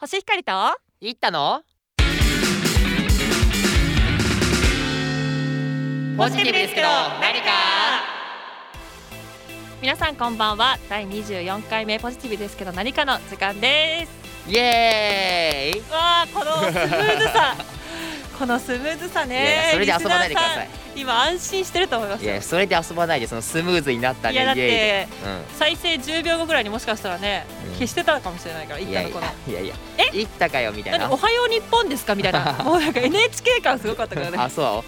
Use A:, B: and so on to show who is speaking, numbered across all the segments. A: 星光と
B: 行ったのポジティブですけど何か
A: 皆さんこんばんは第24回目ポジティブですけど何かの時間で
B: イエーイ
A: すわあこのスムーズ さこのスムーズさ
B: いやい
A: ね
B: やそれで遊ばないでくださ
A: リスナ
B: い
A: ーさん今安心してると思います
B: い
A: よ
B: やそれで遊ばないでそのスムーズになった
A: い
B: ね
A: やだっ
B: イエ
A: て
B: ーイで
A: 再生10秒後ぐらいにもしかしたらね、
B: うん
A: 消してたかもしれないから
B: うん
A: 一
B: いや
A: 回の
B: い
A: こ
B: や
A: の
B: いやいや
A: え
B: 行ったかよみたい
A: 何
B: な
A: おはよう日本ですかみたい なもうなんか NHK 感すごかったからね
B: あそ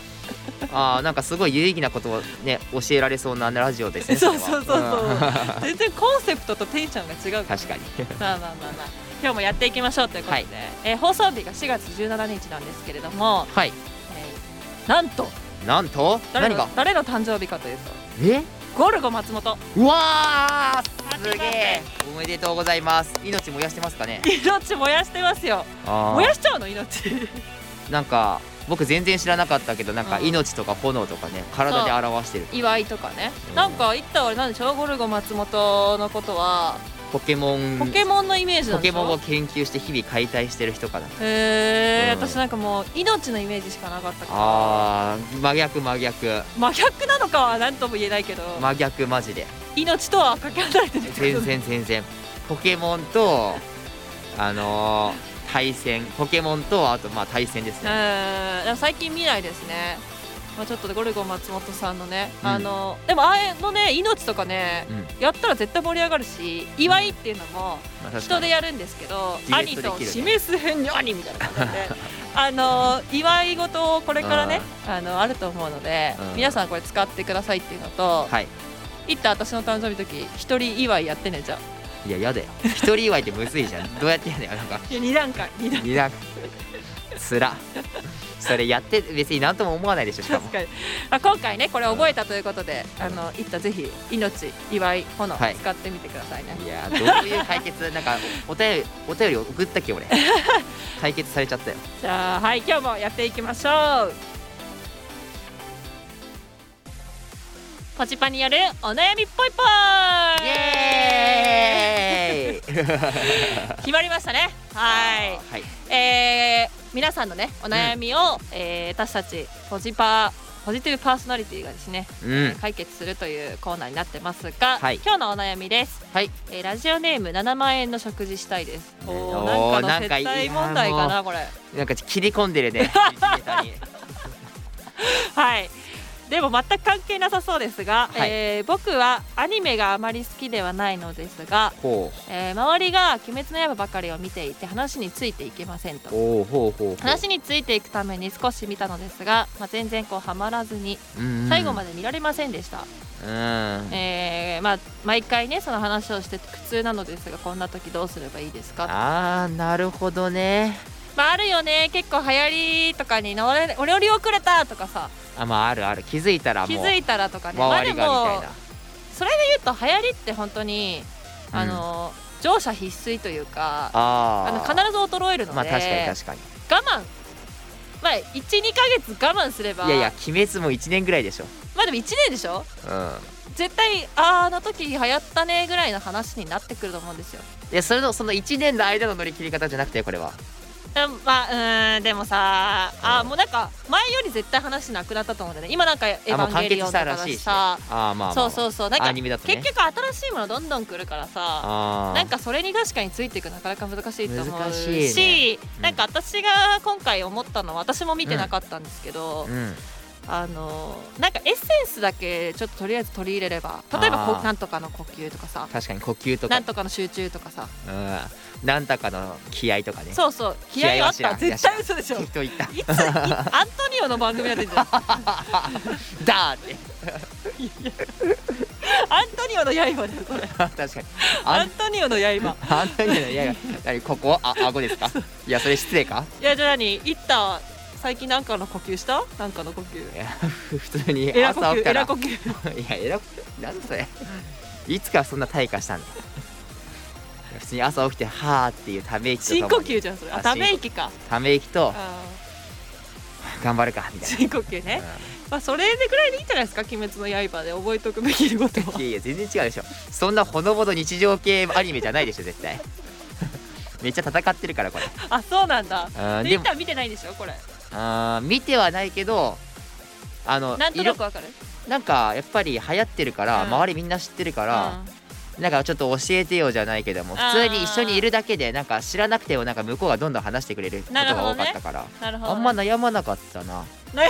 B: うあーなんかすごい有意義なことをね教えられそうなラジオですね
A: そ
B: れ
A: う
B: は
A: そうそうそう
B: うん
A: 全然コンセプトとテンションが違うから
B: 確かに
A: まあまあまあまあ今日もやっていきましょうということで、
B: はい
A: えー放送日が4月17日なんですけれども、
B: はい
A: えーなんと
B: なんと
A: 誰
B: 何
A: の
B: が
A: 誰の誕生日かというと
B: え
A: ゴルゴ松本
B: うわー
A: 待って待
B: すげ
A: って
B: えおめでとうございます命燃やしてますかね
A: 命燃やしてますよ
B: あ
A: 燃や
B: ー
A: しちゃうの命
B: なんか僕全然知らなかったけどなんか
A: うん
B: 命とか炎とかね体で表してる
A: 祝いとかね
B: うん
A: なんか言ったらあれなんでしょうゴルゴ松本のことは
B: ポケモン
A: ポケモンのイメージな
B: ポ
A: んで
B: ケ
A: し
B: モ
A: ょ
B: ンを研究して日々解体してる人かな
A: へえ、
B: うん
A: 私なんかもう命のイメージしかなかったから
B: あー真逆真逆
A: 真逆なのかは何とも言えないけど、
B: 真逆マジで
A: 命とはかけ離れてるってこ
B: 全
A: と
B: 然全然ポケモンとあのー対戦ポケモンとあとまあ対戦ですね
A: えーでも最近見ないですね、まあ、ちょっとゴルゴ松本さんのね、
B: うん
A: あのでもあれのね命とかね、
B: うん
A: やったら絶対盛り上がるし祝いっていうのも
B: まあ確か
A: 人
B: に
A: でやるんですけど
B: ディベ
A: 兄
B: ート
A: と
B: できるね
A: 示す変に兄みたいな感じで あの祝い事をこれからねあのあると思うので、
B: うん
A: 皆さんこれ使ってくださいっていうのと、
B: はい
A: いった私の誕生日の時一人祝いやってねじゃあ
B: いややだよ一人祝いってむずいじゃんどうやってやだよなんか
A: いや2段階2段
B: いやつらそれやって別に何とも思わないでしょしかも
A: 確かに、あ、今回ねこれ覚えたということで、あのいったぜひ命祝い炎、
B: はい
A: 使ってみてくださいね
B: いやーどういう解決なんかお便りお便り送ったっ け俺解決されちゃったよ
A: じゃあはい今日もやっていきましょうポチパによるお悩みぽいぽ
B: イ
A: い
B: エーイ
A: 決まりましたねはい
B: はい
A: えー皆さんのねお悩みを、えー私たちポジパポジティブパーソナリティがですね
B: うん
A: 解決するというコーナーになってますが、
B: はい
A: 今日のお悩みです、
B: はい
A: えーラジオネーム7万円の食事したいですお
B: お
A: お
B: ー
A: なんかの接待問題か
B: な
A: なこれ
B: なんか切り込んで るね一ネタに
A: はいでも全く関係なさそうですが、
B: はい
A: えー僕はアニメがあまり好きではないのですが、
B: ほ
A: えー周りが「鬼滅の刃」ばかりを見ていて話についていけません
B: う
A: と
B: おうほうほうほう
A: 話についていくために少し見たのですが、まあ、全然こうハマらずに最後ま
B: で
A: で見られませんでした、
B: うんあ
A: えーまあ、毎回ねその話をして苦痛なのですがこんな時どうすればいいですかあ,、
B: あーなるほどね
A: まあ、あるよね結構流行りとかに乗れ「お料理遅れた!」とかさ
B: あまああるある気づいたら
A: 気
B: もう
A: づいたらとかねまあ
B: 周
A: で
B: り
A: も
B: がみたいな
A: それで言うと流行りって本当にあの、乗車必須というかあの
B: ああ
A: 必ず衰えるので、
B: まあ確かに確かに
A: 我慢まあ12か月我慢すれば
B: いやいや鬼滅も1年ぐらいでしょ
A: まあでも1年でしょ
B: うん
A: 絶対あーあの時流行ったねぐらいの話になってくると思うんですよ
B: いやそれのその1年の間の乗り切り方じゃなくてこれは
A: うんまあうーんでもさあーもうなんか前より絶対話なくなったと思うんだよね今なんか「エヴ
B: あもう
A: ァン
B: 完
A: ゲリ
B: 結
A: オン」
B: し
A: とか
B: た
A: だ
B: らしい
A: し
B: し、ね、あ
A: さ
B: ーまあまあ、まあ、
A: そうそうそうなんか
B: アニメだとね
A: 結局新しいものどんどん来るからさ
B: あー
A: なんかそれに確かについていくなかなか難しいと思う
B: 難
A: し
B: しいねうん
A: なんか私が今回思ったのは私も見てなかったんですけど、
B: うん
A: あのなんかエッセンスだけちょっととりあえず取り入れれば例えばこ
B: あー
A: うなんとかの呼吸とかさ
B: 確かに呼吸と
A: な
B: か
A: んとかの集中とかさ
B: うん、なんだかの気合とかね
A: そうそう気
B: 気合
A: 合
B: は
A: あったら
B: 知らん
A: 絶対嘘でしょ
B: 適当言った
A: いついアントニオの番組やってんじゃん
B: だーって
A: アントニオの刃だよそれ
B: 確かに
A: ア
B: あ
A: ン
B: ん
A: トニオの刃
B: あんたにいやいや何ここあ顎ですかいやそれ失礼か
A: いやじゃあ何いった最近なんかの呼吸したなんかの呼吸
B: いやふ普通に
A: エラ呼
B: 朝起
A: 吸
B: きた
A: エ
B: ら
A: ラ呼吸
B: いやえらなんだそれいつからそんな退化したんだよいや 普通に朝起きてはーっていうため息
A: 深
B: と
A: 呼
B: ともに
A: 吸じゃんそれあ
B: あ
A: ため息か
B: ため息と
A: あ
B: 頑張るかみ
A: ー
B: たい
A: 深呼吸ね
B: な、
A: まあそれでぐらいでいいんじゃないですか「鬼滅の刃」で覚えておくべきこと
B: うん
A: はい
B: やいや全然違うでしょそんなほのぼの日常系アニメじゃないでしょ絶対 めっちゃ戦ってるから これ
A: あそうなんだ
B: あー
A: ツイ
B: で
A: ッ
B: も
A: ター見てないんでしょこれ
B: あー見てはないけどあの
A: なんと
B: いろ
A: なくわかる
B: なんかやっぱり流行ってるから、
A: うん
B: 周りみんな知ってるから、なんかちょっと教えてよじゃないけども
A: あー
B: 普通に一緒にいるだけでなんか知らなくてもなんか向こうがどんどん話してくれること
A: なるほ
B: が
A: ど
B: 多
A: ね
B: かったから、
A: うんなるほど
B: あんま悩まなかったな
A: 悩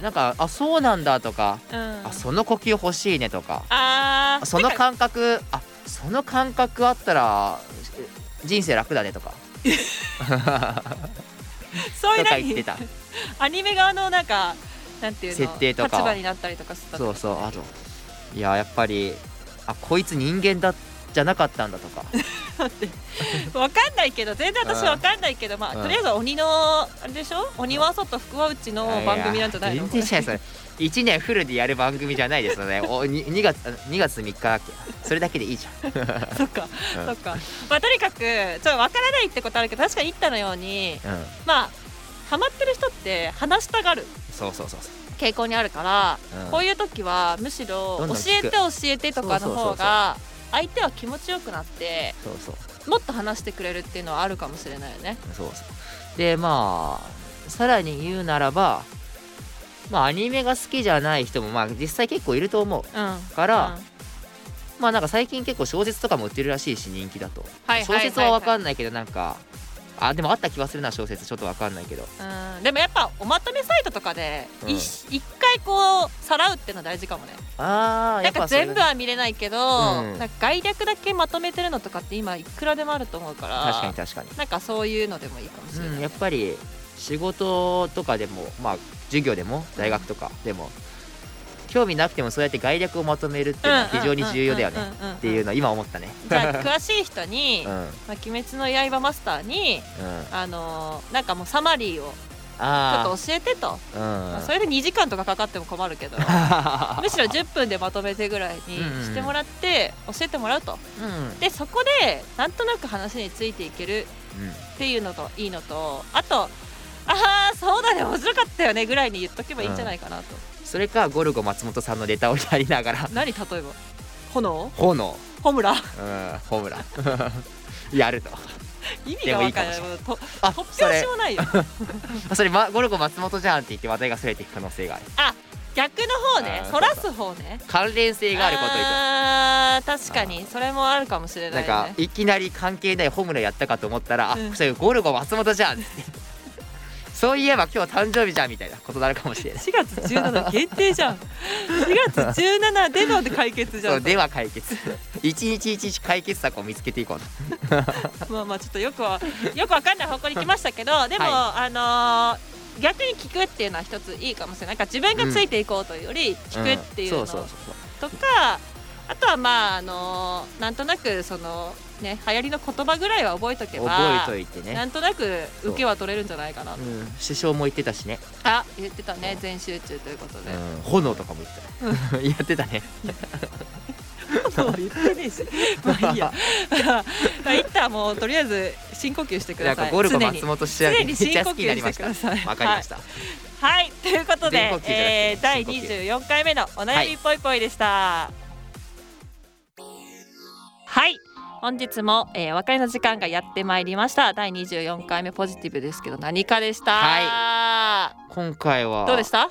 B: なんかあそうなんだとか、
A: まうん
B: あその呼吸欲しいねとか
A: あー
B: その
A: てか
B: 感覚あその感覚あったら人生楽だねとか
A: そうい
B: と
A: う
B: か言っ
A: 何
B: てた
A: アニメ側のなんかなんていうの
B: 設定とか
A: 立場になったりとかした
B: そううそうあといややっぱりあこいつ人間だじゃなかったんだとか
A: わかんないけど全然私
B: うん
A: わかんないけどまあ
B: うん
A: とりあえず鬼のあれでしょ鬼は外福は内の番組なんじゃない
B: や
A: の
B: 全然しないそれ1年フルでやる番組じゃないです よねお 2, 月2月3日だっけそれだけでいいじゃん
A: そっか、
B: うん
A: そっか。まあとにかくちょっとわからないってことあるけど確かに言ったのように
B: うん
A: まあハマってる人って話したがる
B: そうそうそうそ
A: 傾向にあるから、
B: うん
A: こういう時はむしろ
B: どん
A: 教
B: どん聞
A: え
B: く
A: て教えてとかの
B: そうそ
A: 方
B: うそう
A: が相手は気持ちよくなって
B: うそうそう
A: もっと話してくれるっていうのはあるかもしれないよね。
B: そうそうでまあさらに言うならばまあアニメが好きじゃない人もまあ実際結構いると思う
A: うん。
B: から、
A: うん
B: まあなんか最近結構小説とかも売ってるらしいし人気だと、
A: はい
B: 小説はわか
A: ん
B: んないけどなんかあでもあった気はするな小説ちょっとわかんないけど
A: ない、うん、でもやっぱおまとめサイトとかで
B: うん
A: いし一、回こうさらうっていうの大事かもね
B: ああ
A: なんか全部は見れないけど、
B: うん
A: なんか概略だけまとめてるのとかって今いくらでもあると思うから
B: 確かに確かに
A: なんかそういうのでもいいかもしれない、
B: うん、やっぱり仕事とかでもまあ授業でも大学とかでも興味なくてもそうやって概略をまとめるっていうのは非常に重要だよね
A: ね
B: っていうのは今思ったね
A: じゃあ詳しい人に「
B: うんうん
A: まあ、鬼滅の刃マスターに」あのーなんかもうサマリーをちょっ
B: あ
A: と教えてと
B: あうん
A: まあそれで2時間とかかかっても困る けどむしろ10分でまとめてぐらいにしてもらって教えてもらうと
B: うん
A: でそこでなんとなく話についていける
B: うん
A: っていうのといいのとあと「ああそうだね面白かったよね」ぐらいに言っとけばいいんじゃないかなと、
B: それかゴルゴ松本さんのネタをやりながら
A: 何例えば炎
B: 炎
A: ホムラ
B: うんホームラン やると
A: 意味がわからない
B: で
A: もうと
B: あ
A: 突
B: そ
A: 拍
B: れ
A: 子もないよ
B: それ、ま、ゴルゴ松本じゃんって言って話題がそれていく可能性がある
A: 逆の方ね
B: あー
A: そらす方ね
B: 関連性があることに
A: あー確かにそれもあるかもしれな
B: ないん
A: ね
B: かいきなり関係ないホームランやったかと思ったら、
A: うん
B: あそれゴルゴ松本じゃんって そういえば今日誕生日じゃんみたいなことになるかもし れない
A: 4月17限定じゃん4月17での解決じ
B: そ
A: ゃ
B: うんでは解決 一日一日解決策を見つけていこうと
A: まあまあちょっとよくはよくわ かんない方向に来ましたけどでも、あのー逆に聞くっていうのは一ついいかもしれないなんか自分がついていこうというより聞くっていうの
B: んそう
A: と
B: そうそう
A: かあとはまああのーなんとなくそのね流行りの言葉ぐらいは覚えとけ
B: そう
A: ば
B: 覚えといてね
A: なんとなく受けは取れるんじゃないかな
B: うん、首相も言ってたしね、
A: あ言ってたね全集中ということ で、
B: うん、炎とかも言ってた、 やってたね
A: そう言ってねえしまあいい やまあ一旦もうとりあえず深呼吸してくだ
B: なんか
A: さい
B: ゴルゴ
A: 常に
B: 松本氏は
A: 常
B: め
A: に
B: っち
A: 深
B: ゃ
A: 呼
B: 好きにな
A: 吸
B: り
A: し
B: ま
A: て
B: し
A: く
B: た
A: ださい
B: わかりました、
A: はい、はいということで
B: 全呼吸、じゃなくて
A: えー、第
B: 深呼吸
A: 24回目のお悩みぽいぽいでしたはい本日も、えー、お別れの時間がやってまいりました第24回目ポジティブですけど何かでした、
B: 今回は
A: どうでした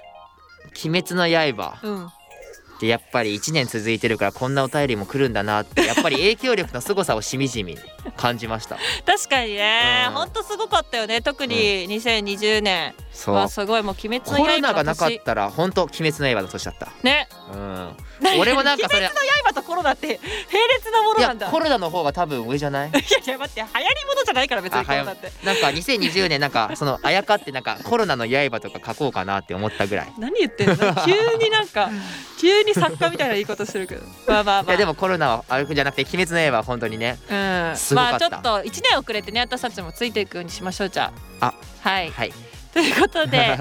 B: 鬼滅の刃
A: うん
B: でやっぱり1年続いてるからこんなお便りも来るんだなってやっぱり影響力の凄さをしみじみ感じました
A: 確かにね
B: うん
A: ほんとすごかったよね特に2020年
B: そう
A: はすごいもう鬼滅
B: コ
A: の
B: ロ
A: 刃の年
B: ナがなかったら本当鬼滅の刃の年だった
A: ね
B: うん俺もなんかそれい
A: 刃とコロナって並列なものな
B: や
A: んだい
B: コロナの方が多分上じゃ ない
A: やいや待って流行りものじゃないから別に
B: あ
A: コロナって
B: なんか2020年なんかそのあやかってなんかコロナの刃とか書こうかなって思ったぐらい
A: 何言 ってんの急になんか急に作家みたいな言い方してるけどまあまあ
B: い
A: まあ
B: やでもコロナはあれじゃなくて鬼滅の刃は本当にね
A: うん
B: すごか
A: まあ
B: っ
A: ちょ
B: た
A: っと1年遅れてね私たちもついていくようにしましょうじゃ
B: あ
A: はい
B: はい
A: ということ で、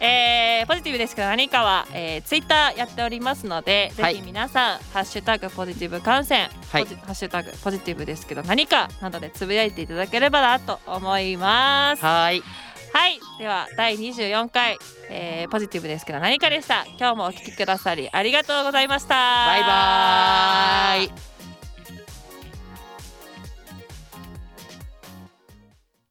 A: えーポジティブですけど何かは、えー、ツイッターやっておりますので、
B: はい
A: ぜひ皆さん「ハッシュタグポジティブ感染」
B: はい
A: ポジハッシュタグポジティブですけど何か」などでつぶやいていただければなと思います。
B: はーい
A: はい、では第24回、えーポジティブですけど何かでした。今日もお聞きくださりありがとうございました。
B: バイバーイ